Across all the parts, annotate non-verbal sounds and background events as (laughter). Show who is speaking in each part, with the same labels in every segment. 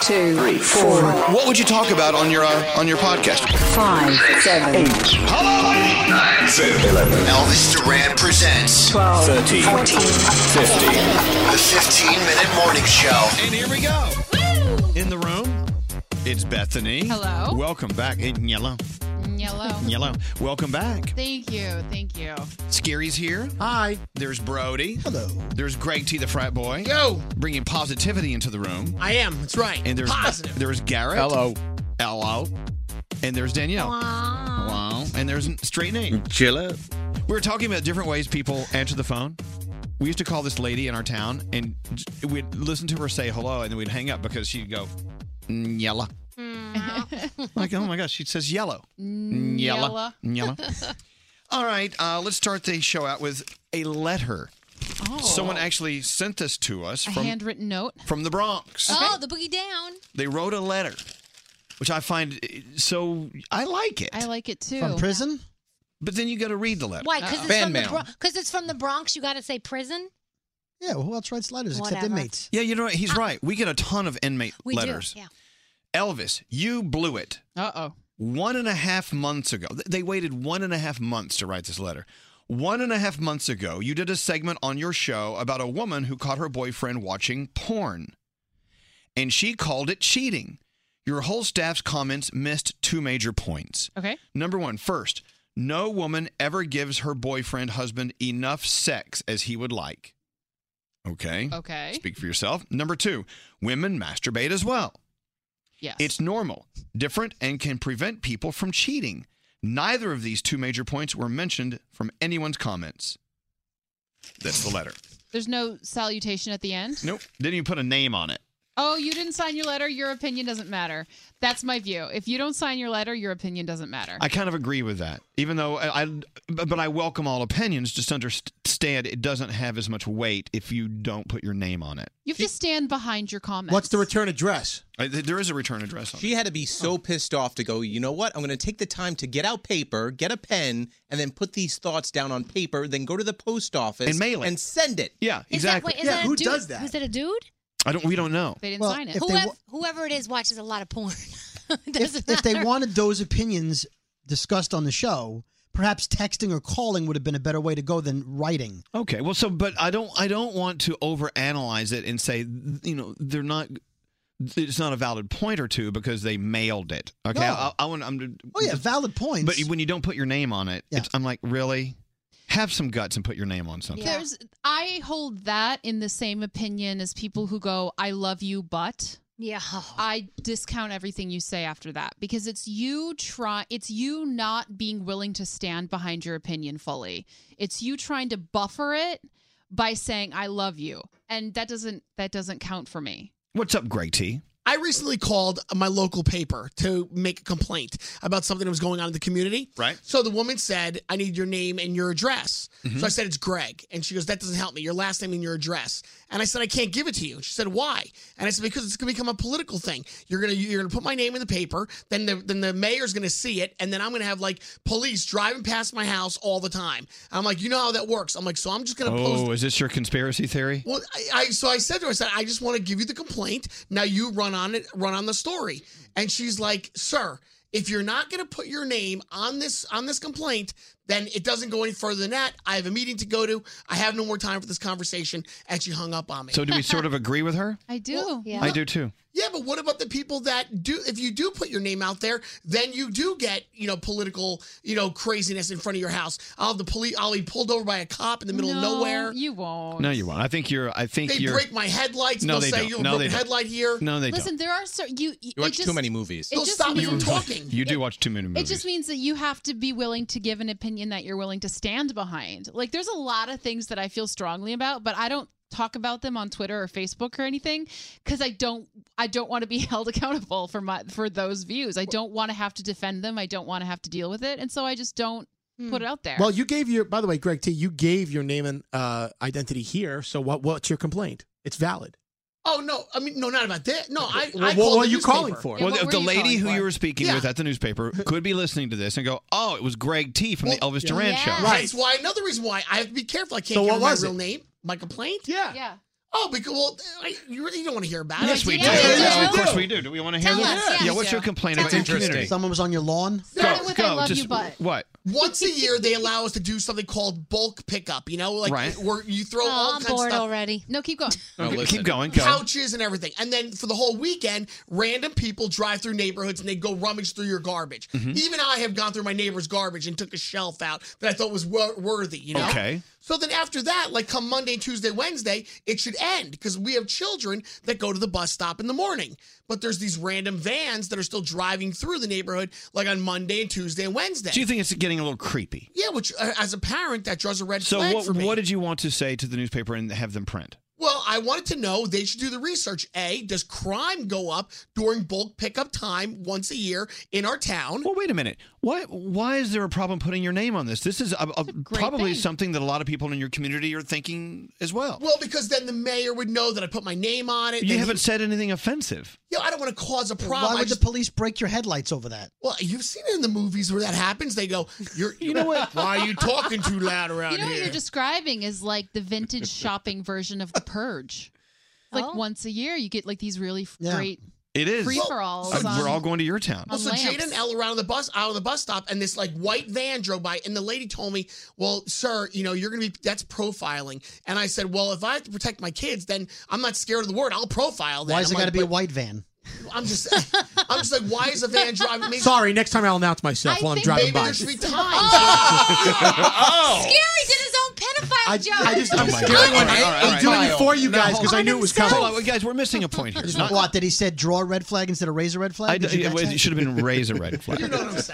Speaker 1: two, three, four,
Speaker 2: What would you talk about on your uh, on your podcast?
Speaker 1: five, seven, eight,
Speaker 2: Elvis Duran presents
Speaker 1: twelve, fourteen,
Speaker 2: the 15 minute morning show.
Speaker 3: And here we go. In the room, it's Bethany.
Speaker 4: Hello.
Speaker 3: Welcome back. Hey, Yellow.
Speaker 4: Yellow.
Speaker 1: Oh.
Speaker 3: Yellow. Welcome back.
Speaker 4: Thank you. Thank you.
Speaker 3: Scary's here. Hi. There's Brody. Hello. There's Greg T, the frat boy. Yo. Bringing positivity into the room.
Speaker 5: I am. That's right.
Speaker 3: And there's
Speaker 5: positive.
Speaker 3: There's Garrett. Hello. Hello. And there's Danielle. Wow. And there's Straight Nate.
Speaker 6: Chill out.
Speaker 3: We were talking about different ways people answer the phone. We used to call this lady in our town, and j- we'd listen to her say hello, and then we'd hang up because she'd go, "Mm, yellow. like, oh my gosh, she says yellow. Mm, Yellow. Mm, (laughs) Yellow. All right, uh, let's start the show out with a letter.
Speaker 7: Oh.
Speaker 3: Someone actually sent this to us
Speaker 4: A
Speaker 3: from,
Speaker 4: handwritten note.
Speaker 3: from the Bronx.
Speaker 7: Oh, the boogie down.
Speaker 3: They wrote a letter, which I find eh, so I like it.
Speaker 4: I like it too. Uh,
Speaker 5: From prison?
Speaker 3: but then you got to read the letter.
Speaker 7: Why? Because it's,
Speaker 6: Fan
Speaker 7: from the
Speaker 6: mail.
Speaker 7: Bro- 'cause it's from the Bronx. You got to say prison.
Speaker 5: Yeah, well, who else
Speaker 3: (laughs)
Speaker 5: writes letters
Speaker 7: Whatever. Ah.
Speaker 5: except inmates?
Speaker 3: Yeah, you know what? He's right. We get a ton of inmate
Speaker 7: We
Speaker 3: letters.
Speaker 7: do. Yeah.
Speaker 3: Elvis, you blew it
Speaker 4: Uh oh.
Speaker 3: one and a half months ago. Th- They waited one and a half months to write this letter. One and a half months ago, you did a segment on your show about a woman who caught her boyfriend watching porn, and she called it cheating. Your whole staff's comments missed two major points.
Speaker 4: Okay.
Speaker 3: Number one, first, no woman ever gives her boyfriend, husband enough sex as he would like. Okay.
Speaker 4: Okay.
Speaker 3: Speak for yourself. Number two, women masturbate as well.
Speaker 4: Yes.
Speaker 3: It's normal, different, and can prevent people from cheating. Neither of these two major points were mentioned from anyone's comments. That's the letter.
Speaker 4: There's no salutation at the end.
Speaker 3: Nope. Didn't even put a name on it.
Speaker 4: Oh, you didn't sign your letter. Your opinion doesn't matter. That's my view. If you don't sign your letter, your opinion doesn't matter.
Speaker 3: I kind of agree with that, even though I, I but but I welcome all opinions. Just understand it doesn't have as much weight if you don't put your name on it. Uh,
Speaker 4: you have to stand behind your comment.
Speaker 6: What's the return address?
Speaker 3: there is a return address. Oh.
Speaker 6: she had to be so pissed off to go. You know what? I'm going to take the time to get out paper, get a pen, and then put these thoughts down on paper. Then go to the post office
Speaker 3: And mail it.
Speaker 6: and send it.
Speaker 3: Yeah,
Speaker 7: Is that- wait, is that a dude? Is that a dude?
Speaker 3: I don't. We don't know.
Speaker 7: They didn't
Speaker 5: Well,
Speaker 7: sign it.
Speaker 5: if they
Speaker 7: Whoever,
Speaker 5: wa-
Speaker 7: whoever it is watches a lot of porn. (laughs)
Speaker 5: If,
Speaker 7: Doesn't
Speaker 5: if they
Speaker 7: matter.
Speaker 5: wanted those opinions discussed on the show, perhaps texting or calling would have been a better way to go than writing.
Speaker 3: Okay. Well, so but I don't I don't want to overanalyze it and say you know they're not it's not a valid point or two because they mailed it. Okay.
Speaker 5: No.
Speaker 3: I, I want. I'm,
Speaker 5: Oh yeah, valid points.
Speaker 3: But when you don't put your name on it, it's, I'm like really. Have some guts and put your name on something.
Speaker 4: There's I hold that in the same opinion as people who go, I love you, but
Speaker 7: Yeah.
Speaker 4: I discount everything you say after that because it's you try it's you not being willing to stand behind your opinion fully. It's you trying to buffer it by saying I love you. And that doesn't that doesn't count for me.
Speaker 3: What's up, Greg T?
Speaker 8: I recently called my local paper to make a complaint about something that was going on in the community.
Speaker 3: Right.
Speaker 8: So the woman said, I need your name and your address.
Speaker 3: Mhm.
Speaker 8: So I said, It's Greg. And she goes, That doesn't help me. Your last name and your address. And I said, I can't give it to you. And she said, Why? And I said, Because it's gonna become a political thing. You're gonna you're gonna put my name in the paper, then the then the mayor's gonna see it, and then I'm gonna have like police driving past my house all the time. I'm like, you know how that works. I'm like, so I'm just gonna post
Speaker 3: Oh, is this your conspiracy
Speaker 5: (laughs)
Speaker 3: theory?
Speaker 8: well, I, I so I said to her, I said, I just want to give you the complaint. Now you run on it, run on the story. And she's like, Sir, if you're not going to put your name on this on this complaint, then it doesn't go any further than that. I have a meeting to go to. I have no more time for this conversation. And she hung up on me.
Speaker 3: So do we sort of agree with her?
Speaker 4: (laughs) I do. yeah.
Speaker 3: I do too.
Speaker 8: Yeah, but what about the people that do? If you do put your name out there, then you do get you know political you know craziness in front of your house. I'll have the police. I'll be pulled over by a cop in the middle of nowhere.
Speaker 4: You won't.
Speaker 3: No, you won't. I think you're. I think
Speaker 8: They
Speaker 3: you're.
Speaker 8: break my headlights.
Speaker 3: No,
Speaker 8: They'll
Speaker 3: they
Speaker 8: say
Speaker 3: don't.
Speaker 8: you have a
Speaker 3: no, they
Speaker 8: broken
Speaker 3: don't.
Speaker 8: headlight here.
Speaker 3: No, they
Speaker 4: Listen,
Speaker 3: don't.
Speaker 4: there are certain you you
Speaker 3: watch too many
Speaker 6: movies.
Speaker 4: it just means-
Speaker 3: You do watch too many
Speaker 4: It
Speaker 3: movies.
Speaker 4: just means that you have to be willing to give an opinion that you're willing to stand behind. Like, there's a lot of things that I feel strongly about, but I don't talk about them on Twitter or Facebook or anything because I don't I don't want to be (laughs) held accountable for my for those views. I don't want to have to defend them. I don't want to have to deal with it, and so I just don't put it out there.
Speaker 8: Well,
Speaker 4: you
Speaker 8: you gave your. By the way, Greg T, you gave your name and uh, identity here. So what? What's your complaint? It's valid. Oh no! I mean, no, not about that. No, I.
Speaker 3: Well,
Speaker 8: I
Speaker 3: what
Speaker 8: called
Speaker 3: were
Speaker 8: the
Speaker 3: you
Speaker 8: newspaper.
Speaker 3: calling for? Well, the, the lady who you were speaking with at the newspaper could be listening to this and go, "Oh, it was Greg T from the Elvis Duran show."
Speaker 8: Right. That's why another reason why I have to be careful. I can't
Speaker 3: So
Speaker 8: give
Speaker 3: what
Speaker 8: her my
Speaker 3: was
Speaker 8: real
Speaker 3: it?
Speaker 8: name. My complaint.
Speaker 5: Yeah.
Speaker 4: Yeah.
Speaker 8: Oh, because well, I, you really don't want to hear about
Speaker 3: Yes,
Speaker 8: it.
Speaker 3: we do. Of course, we do. Do we want to hear
Speaker 8: Tell
Speaker 3: that?
Speaker 8: us, yes.
Speaker 3: Yeah. What's your complaint about your community?
Speaker 5: Someone was on your lawn.
Speaker 3: Go, go. just, What?
Speaker 8: Once a year,
Speaker 7: (laughs)
Speaker 8: they allow us to do something called bulk pickup. You know, like
Speaker 3: Right.
Speaker 8: where you throw
Speaker 7: Oh,
Speaker 8: all
Speaker 7: I'm
Speaker 8: kinds of
Speaker 7: bored
Speaker 8: stuff.
Speaker 7: already.
Speaker 4: No, keep going.
Speaker 3: Okay, keep going. Go.
Speaker 8: Couches and everything. And then for the whole weekend, random people drive through neighborhoods and they go rummage through your garbage.
Speaker 3: Mhm.
Speaker 8: Even I have gone through my neighbor's garbage and took a shelf out that I thought was wor- worthy, you know?
Speaker 3: Okay.
Speaker 8: So then after that, like come Monday, Tuesday, Wednesday, it should end because we have children that go to the bus stop in the morning. But there's these random vans that are still driving through the neighborhood like on Monday and Tuesday and Wednesday.
Speaker 3: Do you think it's getting a little creepy?
Speaker 8: yeah, which uh, as a parent, that draws a red
Speaker 3: So,
Speaker 8: flag
Speaker 3: what,
Speaker 8: for me.
Speaker 3: what did you want to say to the newspaper and have them print?
Speaker 8: Well, I wanted to know they should do the research. A, does crime go up during bulk pickup time once a year in our town?
Speaker 3: Well, wait a minute. Why? Why is there a problem putting your name on this? This is a, a- probably something that a lot of people in your community are thinking as well.
Speaker 8: Well, because then the mayor would know that I put my name on it.
Speaker 3: you
Speaker 8: and
Speaker 3: haven't
Speaker 8: He,
Speaker 3: said anything offensive.
Speaker 8: you know, I don't want to cause a problem.
Speaker 5: Why
Speaker 8: I
Speaker 5: would
Speaker 8: just-
Speaker 5: the police break your headlights over that?
Speaker 8: well, you've seen it in the movies where that happens. They go,
Speaker 3: (laughs)
Speaker 8: "You're, you
Speaker 5: know what?
Speaker 8: Why are you talking too loud around
Speaker 4: know what
Speaker 8: here?"
Speaker 4: you're describing is like the (laughs) vintage shopping version of the purge. Like once a year, you get like these really f- great
Speaker 3: It is.
Speaker 4: Free for alls
Speaker 3: Uh, we're
Speaker 4: on-
Speaker 3: all going to your town.
Speaker 8: Well, so Jada and Elle were out of the bus out of the bus stop, and this like white van drove by, and the lady told me, "Well, sir, you know you're gonna be that's profiling." And I said, "Well, if I have to protect my kids, then I'm not scared of the word. I'll profile them."
Speaker 5: Why is it
Speaker 8: I'm
Speaker 5: got to
Speaker 8: like,
Speaker 5: be a white van?
Speaker 8: but I'm just, (laughs) I'm just like, why is a van driving? Maybe,
Speaker 5: Sorry, next time I'll announce myself (laughs)
Speaker 8: maybe there should be times.
Speaker 7: Oh!
Speaker 8: Oh!
Speaker 7: Scary did his own the file,
Speaker 9: I,
Speaker 7: Joe.
Speaker 9: I just, I'm
Speaker 3: Oh my
Speaker 9: scared
Speaker 3: God.
Speaker 9: when
Speaker 3: All right, all
Speaker 9: I'm
Speaker 3: right.
Speaker 9: doing it for you
Speaker 3: No,
Speaker 9: guys
Speaker 3: hold
Speaker 9: because I
Speaker 3: on
Speaker 9: knew it was
Speaker 3: himself.
Speaker 9: coming.
Speaker 3: Hold on, guys, we're missing a point here. Not-
Speaker 5: what that he said draw a red flag instead of raise a red flag.
Speaker 3: I,
Speaker 5: Did you
Speaker 3: it,
Speaker 5: catch
Speaker 3: was-
Speaker 5: that?
Speaker 3: it should have been raise a red flag.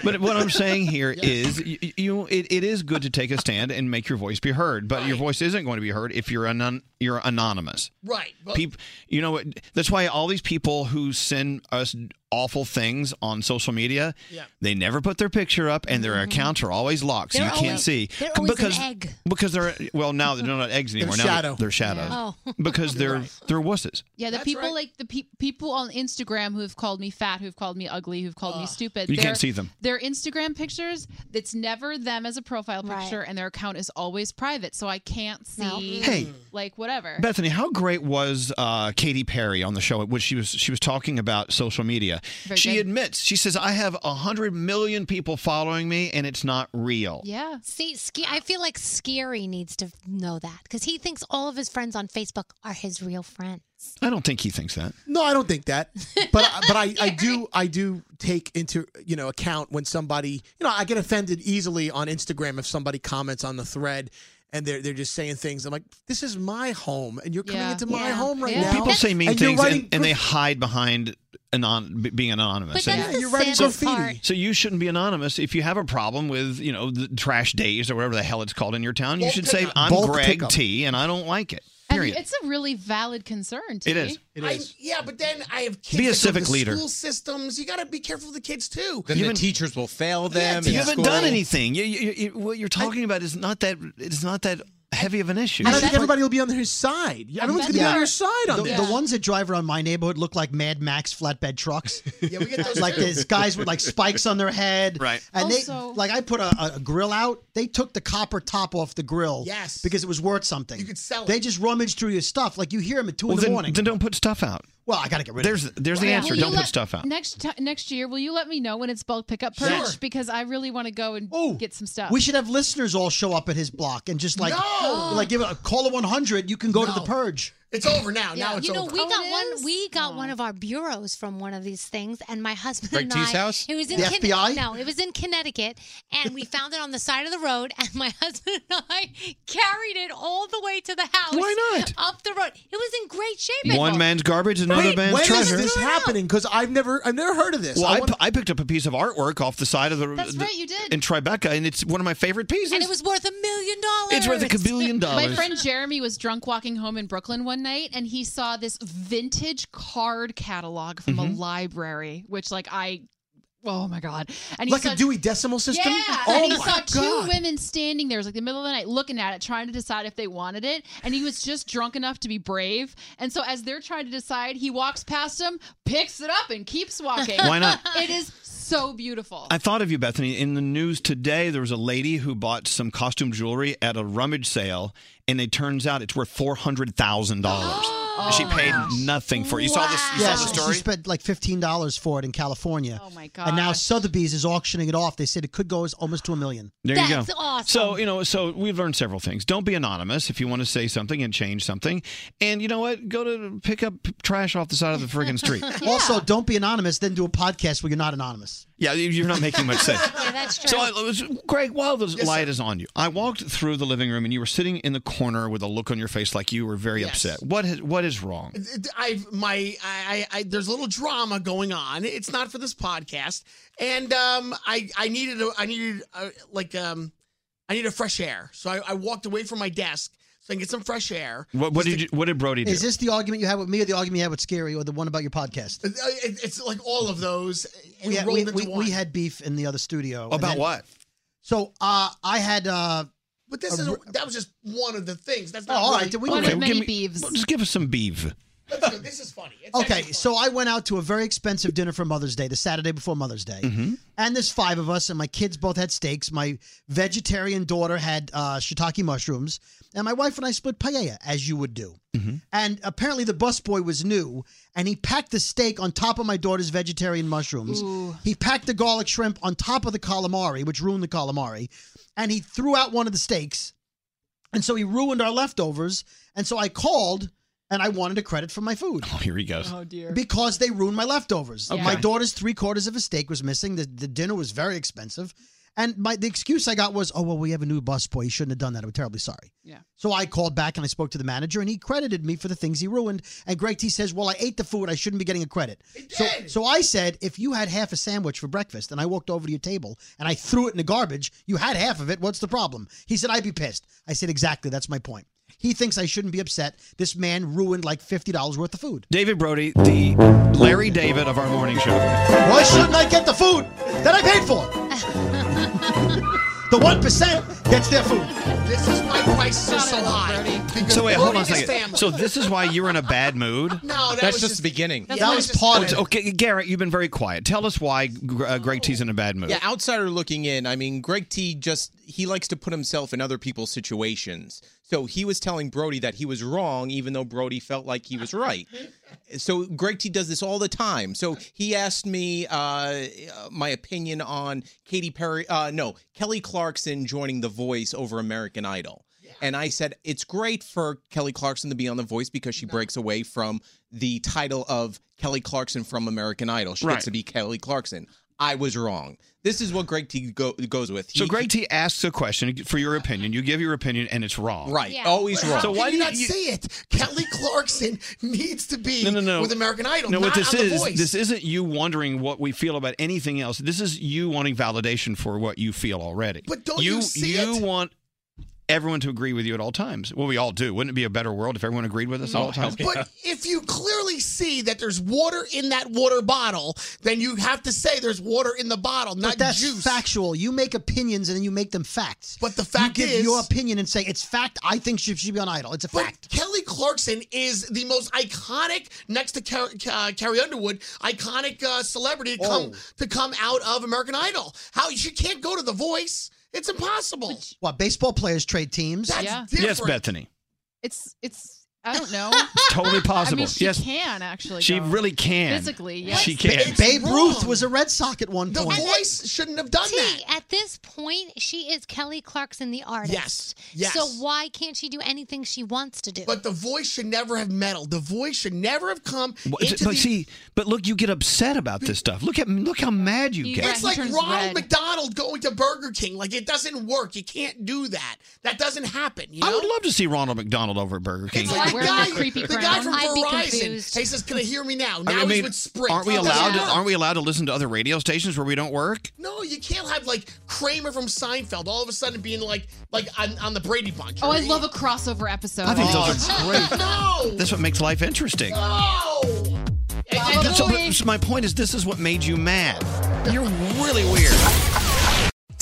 Speaker 3: But what I'm saying here is, you, you it, it is good to take a stand and make your voice be heard, but your voice isn't going to be heard if you're anon- you're anonymous.
Speaker 8: Right. Well,
Speaker 3: People, you know, what- that's why all these people who send us awful things on social media,
Speaker 8: Yeah.
Speaker 3: they never put their picture up, and their accounts are always locked, so
Speaker 7: They're
Speaker 3: you can't
Speaker 7: always-
Speaker 3: see.
Speaker 7: they're always an
Speaker 3: because
Speaker 7: egg.
Speaker 3: because they're well now they're not eggs
Speaker 9: They're
Speaker 3: anymore. now
Speaker 9: shadow.
Speaker 3: They're shadows
Speaker 4: Yeah. Oh.
Speaker 3: because they're they're wusses.
Speaker 4: Yeah, the people like the pe- people on Instagram who've called me fat, who've called me ugly, who've called me stupid.
Speaker 3: You
Speaker 4: their-
Speaker 3: can't see them.
Speaker 4: Their Instagram pictures, it's never them as a profile picture, and their account is always private, so I can't see.
Speaker 3: Hey.
Speaker 4: like whatever.
Speaker 3: Bethany, how great was uh, Katy Perry on the show? Which she was she was talking about social media.
Speaker 4: Very
Speaker 3: she
Speaker 4: good.
Speaker 3: admits she says I have hundred million people following me and it's not real.
Speaker 4: Yeah.
Speaker 7: See, Ski, I feel like Scary needs to know that because he thinks all of his friends on Facebook are his real friends.
Speaker 3: I don't think he thinks that.
Speaker 9: No, I don't think that.
Speaker 4: (laughs)
Speaker 9: But but I, I do I do take into you know account when somebody you know I get offended easily on Instagram if somebody comments on the thread and they're they're just saying things. I'm like, this is my home, and you're coming
Speaker 4: Yeah.
Speaker 9: into my
Speaker 4: Yeah.
Speaker 9: home right
Speaker 4: Yeah.
Speaker 9: now.
Speaker 3: People say mean
Speaker 9: and you're
Speaker 3: things
Speaker 9: writing
Speaker 3: and, and they hide behind anon- b- being anonymous.
Speaker 9: But
Speaker 3: And-
Speaker 9: that's the Yeah, you're writing saddest graffiti. part.
Speaker 3: So you shouldn't be anonymous if you have a problem with you know the trash days or whatever the hell it's called in your town. You
Speaker 9: Bulk
Speaker 3: should say
Speaker 9: pickup.
Speaker 3: I'm
Speaker 9: Bulk
Speaker 3: Greg
Speaker 9: pickup.
Speaker 3: T and I don't like it.
Speaker 4: And
Speaker 3: Period.
Speaker 4: it's a really valid concern. To
Speaker 3: It is. It
Speaker 8: I, yeah, but then I have kids.
Speaker 3: Be a
Speaker 8: that go to
Speaker 3: civic
Speaker 8: the
Speaker 3: leader.
Speaker 8: School systems. You got to be careful of the kids too.
Speaker 6: Then the teachers will fail them.
Speaker 3: you
Speaker 6: in
Speaker 3: haven't
Speaker 6: school.
Speaker 3: done anything. You, you, you, what you're talking about is not that it's not that heavy of an issue.
Speaker 9: I don't think everybody will be on his side. Everyone's going to be on your side on
Speaker 5: the,
Speaker 9: this.
Speaker 5: The ones that drive around my neighborhood look like Mad Max flatbed trucks. yeah, we
Speaker 8: get those
Speaker 5: like
Speaker 8: too.
Speaker 5: there's guys with like spikes on their head.
Speaker 3: Right.
Speaker 5: And
Speaker 8: Also-
Speaker 5: they like I put a, a grill out. They took the copper top off the grill.
Speaker 8: Yes.
Speaker 5: Because it was worth something. You could
Speaker 8: sell it.
Speaker 5: They just rummaged through your stuff. Like you hear them at two
Speaker 3: Well,
Speaker 5: in the
Speaker 3: then,
Speaker 5: morning.
Speaker 3: then don't put stuff out.
Speaker 5: Well, I gotta get rid
Speaker 3: There's
Speaker 5: of it.
Speaker 3: there's the
Speaker 5: Wow.
Speaker 3: answer.
Speaker 5: Will you
Speaker 3: Don't put
Speaker 5: let-
Speaker 3: stuff out.
Speaker 4: Next ti next year, will you let me know when it's bulk pickup
Speaker 5: Sure.
Speaker 4: purge? Because I really want to go and get some stuff.
Speaker 5: We should have listeners all show up at his block and just like
Speaker 4: No!
Speaker 5: (gasps) like give a call of one hundred. You can go to the purge.
Speaker 8: It's over now.
Speaker 7: Yeah,
Speaker 8: now it's
Speaker 7: you know,
Speaker 8: over.
Speaker 7: we got one. We got one of our bureaus from one of these things, and my husband
Speaker 5: Greg
Speaker 7: and
Speaker 5: T's
Speaker 7: I.
Speaker 5: house?
Speaker 7: It was in
Speaker 5: The
Speaker 7: Kin-
Speaker 5: FBI?
Speaker 7: No, it was in Connecticut, and we found it on the side of the road. And my (laughs) husband and I carried it all the way to the house.
Speaker 9: Why not?
Speaker 7: Up the road. It was in great shape. I
Speaker 3: One
Speaker 7: thought.
Speaker 3: man's garbage, another
Speaker 9: Wait,
Speaker 3: man's
Speaker 9: when is
Speaker 3: treasure.
Speaker 9: this happening? Because I've never I've never heard of this.
Speaker 3: Well,
Speaker 9: I
Speaker 3: I,
Speaker 9: want-
Speaker 3: p- I picked up a piece of artwork off the side of the.
Speaker 7: That's
Speaker 3: the-
Speaker 7: right, you did.
Speaker 3: In Tribeca, and it's one of my favorite pieces.
Speaker 7: And it was worth a million dollars.
Speaker 3: It's worth a kabillion dollars.
Speaker 4: My friend Jeremy was drunk walking home in Brooklyn one night, and he saw this vintage card catalog from a
Speaker 9: Mhm.
Speaker 4: library, which like I, oh my god, and he
Speaker 9: like
Speaker 4: saw,
Speaker 9: a Dewey Decimal System.
Speaker 4: Yeah,
Speaker 9: Oh
Speaker 4: and he
Speaker 9: my
Speaker 4: saw
Speaker 9: God.
Speaker 4: two women standing there. It was like the middle of the night, looking at it, trying to decide if they wanted it. And he was just drunk enough to be brave. And so, as they're trying to decide, he walks past them, picks it up, and keeps walking.
Speaker 3: Why not?
Speaker 4: It is so beautiful.
Speaker 3: I thought of you, Bethany. In the news today, there was a lady who bought some costume jewelry at a rummage sale, and it turns out it's worth four hundred thousand dollars.
Speaker 7: Oh.
Speaker 3: she paid nothing for it. You saw this? You
Speaker 5: Yes,
Speaker 3: saw the
Speaker 5: she
Speaker 3: story?
Speaker 5: spent like fifteen dollars for it in California. Oh
Speaker 4: my
Speaker 5: And now Sotheby's is auctioning it off. They said it could go as almost to a million.
Speaker 3: There you go. So you know, so we've learned several things. Don't be anonymous if you want to say something and change something. And you know what? Go to pick up p- trash off the side of the friggin' street.
Speaker 5: Also, don't be anonymous. Then do a podcast where you're not anonymous.
Speaker 3: yeah, you- you're not making much sense.
Speaker 7: (laughs) Yeah, that's true.
Speaker 3: So, I, was- Greg, while the light is on you, I walked through the living room and you were sitting in the corner with a look on your face like you were very upset. What is, what is wrong?
Speaker 8: I've my I, I I- there's a little drama going on. It's not for this podcast, and um I I needed a, I needed a, like um I needed fresh air, so I, I walked away from my desk so I can get some fresh air.
Speaker 3: What, what did you, what did Brody do?
Speaker 5: Is this the argument you had with me, or the argument you had with Scary, or the one about your podcast?
Speaker 8: Uh, it- It's like all of those. We
Speaker 5: We had,
Speaker 8: rolled
Speaker 5: we,
Speaker 8: into
Speaker 5: we-
Speaker 8: one.
Speaker 5: we had beef in the other studio. and
Speaker 3: About
Speaker 5: then-
Speaker 3: what?
Speaker 5: So uh, I had. Uh,
Speaker 8: but this is that was just one of the things. That's not
Speaker 5: Oh, all
Speaker 8: really-
Speaker 5: right. Did we Okay,
Speaker 3: well, give me- well, just give us some beef.
Speaker 8: Let's go. This is funny. It's
Speaker 5: Okay, so I went out to a very expensive dinner for Mother's Day, the Saturday before Mother's Day. And there's five of us, and my kids both had steaks. My vegetarian daughter had uh, shiitake mushrooms, and my wife and I split paella, as you would do.
Speaker 3: Mm-hmm.
Speaker 5: And apparently, the busboy was new, and he packed the steak on top of my daughter's vegetarian mushrooms.
Speaker 4: Ooh.
Speaker 5: He packed the garlic shrimp on top of the calamari, which ruined the calamari, and he threw out one of the steaks. And so he ruined our leftovers. And so I called and I wanted a credit for my food.
Speaker 3: Oh, here he goes.
Speaker 4: dear.
Speaker 5: Because they ruined my leftovers.
Speaker 3: Okay.
Speaker 5: My daughter's three quarters of a steak was missing. The, the dinner was very expensive. And my the excuse I got was, oh well, we have a new busboy. He shouldn't have done that. I'm terribly sorry.
Speaker 4: Yeah.
Speaker 5: So I called back and I spoke to the manager, and he credited me for the things he ruined. And Greg T says, "Well, I ate the food. I shouldn't be getting a credit." So, so I said, "If you had half a sandwich for breakfast, and I walked over to your table and I threw it in the garbage, you had half of it. What's the problem?" He said, "I'd be pissed." I said, "Exactly. That's my point." He thinks I shouldn't be upset. This man ruined like fifty dollars worth of food.
Speaker 3: David Brody, the Larry David of our morning show.
Speaker 5: Why shouldn't I get the food that I paid for? the one percent gets their food.
Speaker 8: This is why prices are so high. Because
Speaker 3: So wait, hold on a
Speaker 8: Brody and his
Speaker 3: second.
Speaker 8: family-
Speaker 3: So this is why you're in a
Speaker 8: (laughs)
Speaker 3: bad mood. Oh,
Speaker 8: No, that That's was just just- the beginning.
Speaker 6: that's That was just- part of it.
Speaker 3: Okay, Garrett, you've been very quiet. Tell us why Gr- uh, Greg T's in a bad mood.
Speaker 6: Yeah, outsider looking in, I mean, Greg T just he likes to put himself in other people's situations. So he was telling Brody that he was wrong, even though Brody felt like he was right. So Greg T does this all the time. So he asked me uh, my opinion on Katy Perry, uh, no, Kelly Clarkson joining The Voice over American Idol. And I said, it's great for Kelly Clarkson to be on The Voice because she breaks away from the title of Kelly Clarkson from American Idol. She
Speaker 3: Right.
Speaker 6: gets to be Kelly Clarkson. I was wrong. This is what Greg T go, goes with.
Speaker 3: So Greg T asks a question for your opinion. You give your opinion, and it's wrong.
Speaker 6: Right, Yeah. always
Speaker 8: How
Speaker 3: So
Speaker 8: can
Speaker 3: why
Speaker 8: you
Speaker 3: do
Speaker 8: not
Speaker 3: you?
Speaker 8: see it? Kelly Clarkson (laughs) needs to be
Speaker 3: No, no, no.
Speaker 8: with American Idol.
Speaker 3: No,
Speaker 8: not
Speaker 3: what this
Speaker 8: on The
Speaker 3: is,
Speaker 8: Voice.
Speaker 3: this isn't you wondering what we feel about anything else. This is you wanting validation for what you feel already. But
Speaker 8: don't you see
Speaker 3: you want everyone to agree with you at all times. Well, we all do. Wouldn't it be a better world if everyone agreed with us
Speaker 4: Oh,
Speaker 3: at all times?
Speaker 4: (laughs)
Speaker 8: But if you clearly see that there's water in that water bottle, then you have to say there's water in the bottle, not
Speaker 5: But that's
Speaker 8: juice.
Speaker 5: factual. You make opinions and then you make them facts. But
Speaker 8: the fact
Speaker 5: you give
Speaker 8: is-
Speaker 5: your opinion and say it's fact. I think she should be on Idol. It's a fact.
Speaker 8: Kelly Clarkson is the most iconic, next to Car- uh, Carrie Underwood, iconic uh, celebrity to come to come out of American Idol. How she can't go to The Voice? It's impossible.
Speaker 5: What baseball players trade teams?
Speaker 8: That's Yeah. different.
Speaker 3: Yes, Bethany.
Speaker 4: It's it's I don't know.
Speaker 3: (laughs) Totally
Speaker 4: I
Speaker 3: possible.
Speaker 4: mean, she
Speaker 3: yes.
Speaker 4: can actually.
Speaker 3: She
Speaker 4: go.
Speaker 3: really can.
Speaker 4: Physically,
Speaker 3: She
Speaker 4: yes.
Speaker 3: can.
Speaker 5: Ba- Babe Ruth was a Red Sox at one point.
Speaker 8: Voice shouldn't have done
Speaker 7: T, At this point, she is Kelly Clarkson, the artist.
Speaker 8: Yes, yes.
Speaker 7: So why can't she do anything she wants to do?
Speaker 8: But The Voice should never have meddled. The Voice should never have come
Speaker 3: What-
Speaker 8: into
Speaker 3: but
Speaker 8: the
Speaker 3: see, but look, you get upset about this stuff. Look at look how mad you get.
Speaker 8: It's like Ronald McDonald going to Burger King. Like it doesn't work. You can't do that. That doesn't happen. You know?
Speaker 3: I would love to see Ronald McDonald over at Burger King.
Speaker 8: It's like the
Speaker 4: Wearing
Speaker 8: guy,
Speaker 4: a creepy
Speaker 8: the guy
Speaker 4: crown.
Speaker 8: from
Speaker 4: I'd be
Speaker 8: Verizon.
Speaker 4: confused.
Speaker 8: He says, "Can I hear me now?"
Speaker 3: I
Speaker 8: Now
Speaker 3: mean,
Speaker 8: he's with Sprint.
Speaker 3: aren't we
Speaker 8: It doesn't
Speaker 3: allowed? To,
Speaker 8: work.
Speaker 3: aren't we allowed to listen to other radio stations where we don't work?
Speaker 8: No, you can't have like Kramer from Seinfeld all of a sudden being like like on, on the Brady Bunch. Oh.
Speaker 4: Oh, I love a crossover episode.
Speaker 3: I think those are great.
Speaker 8: (laughs) No. Oh.
Speaker 3: That's what makes life interesting.
Speaker 8: No.
Speaker 3: And that's- so- but- so my point is, this is what made you mad. You're really weird.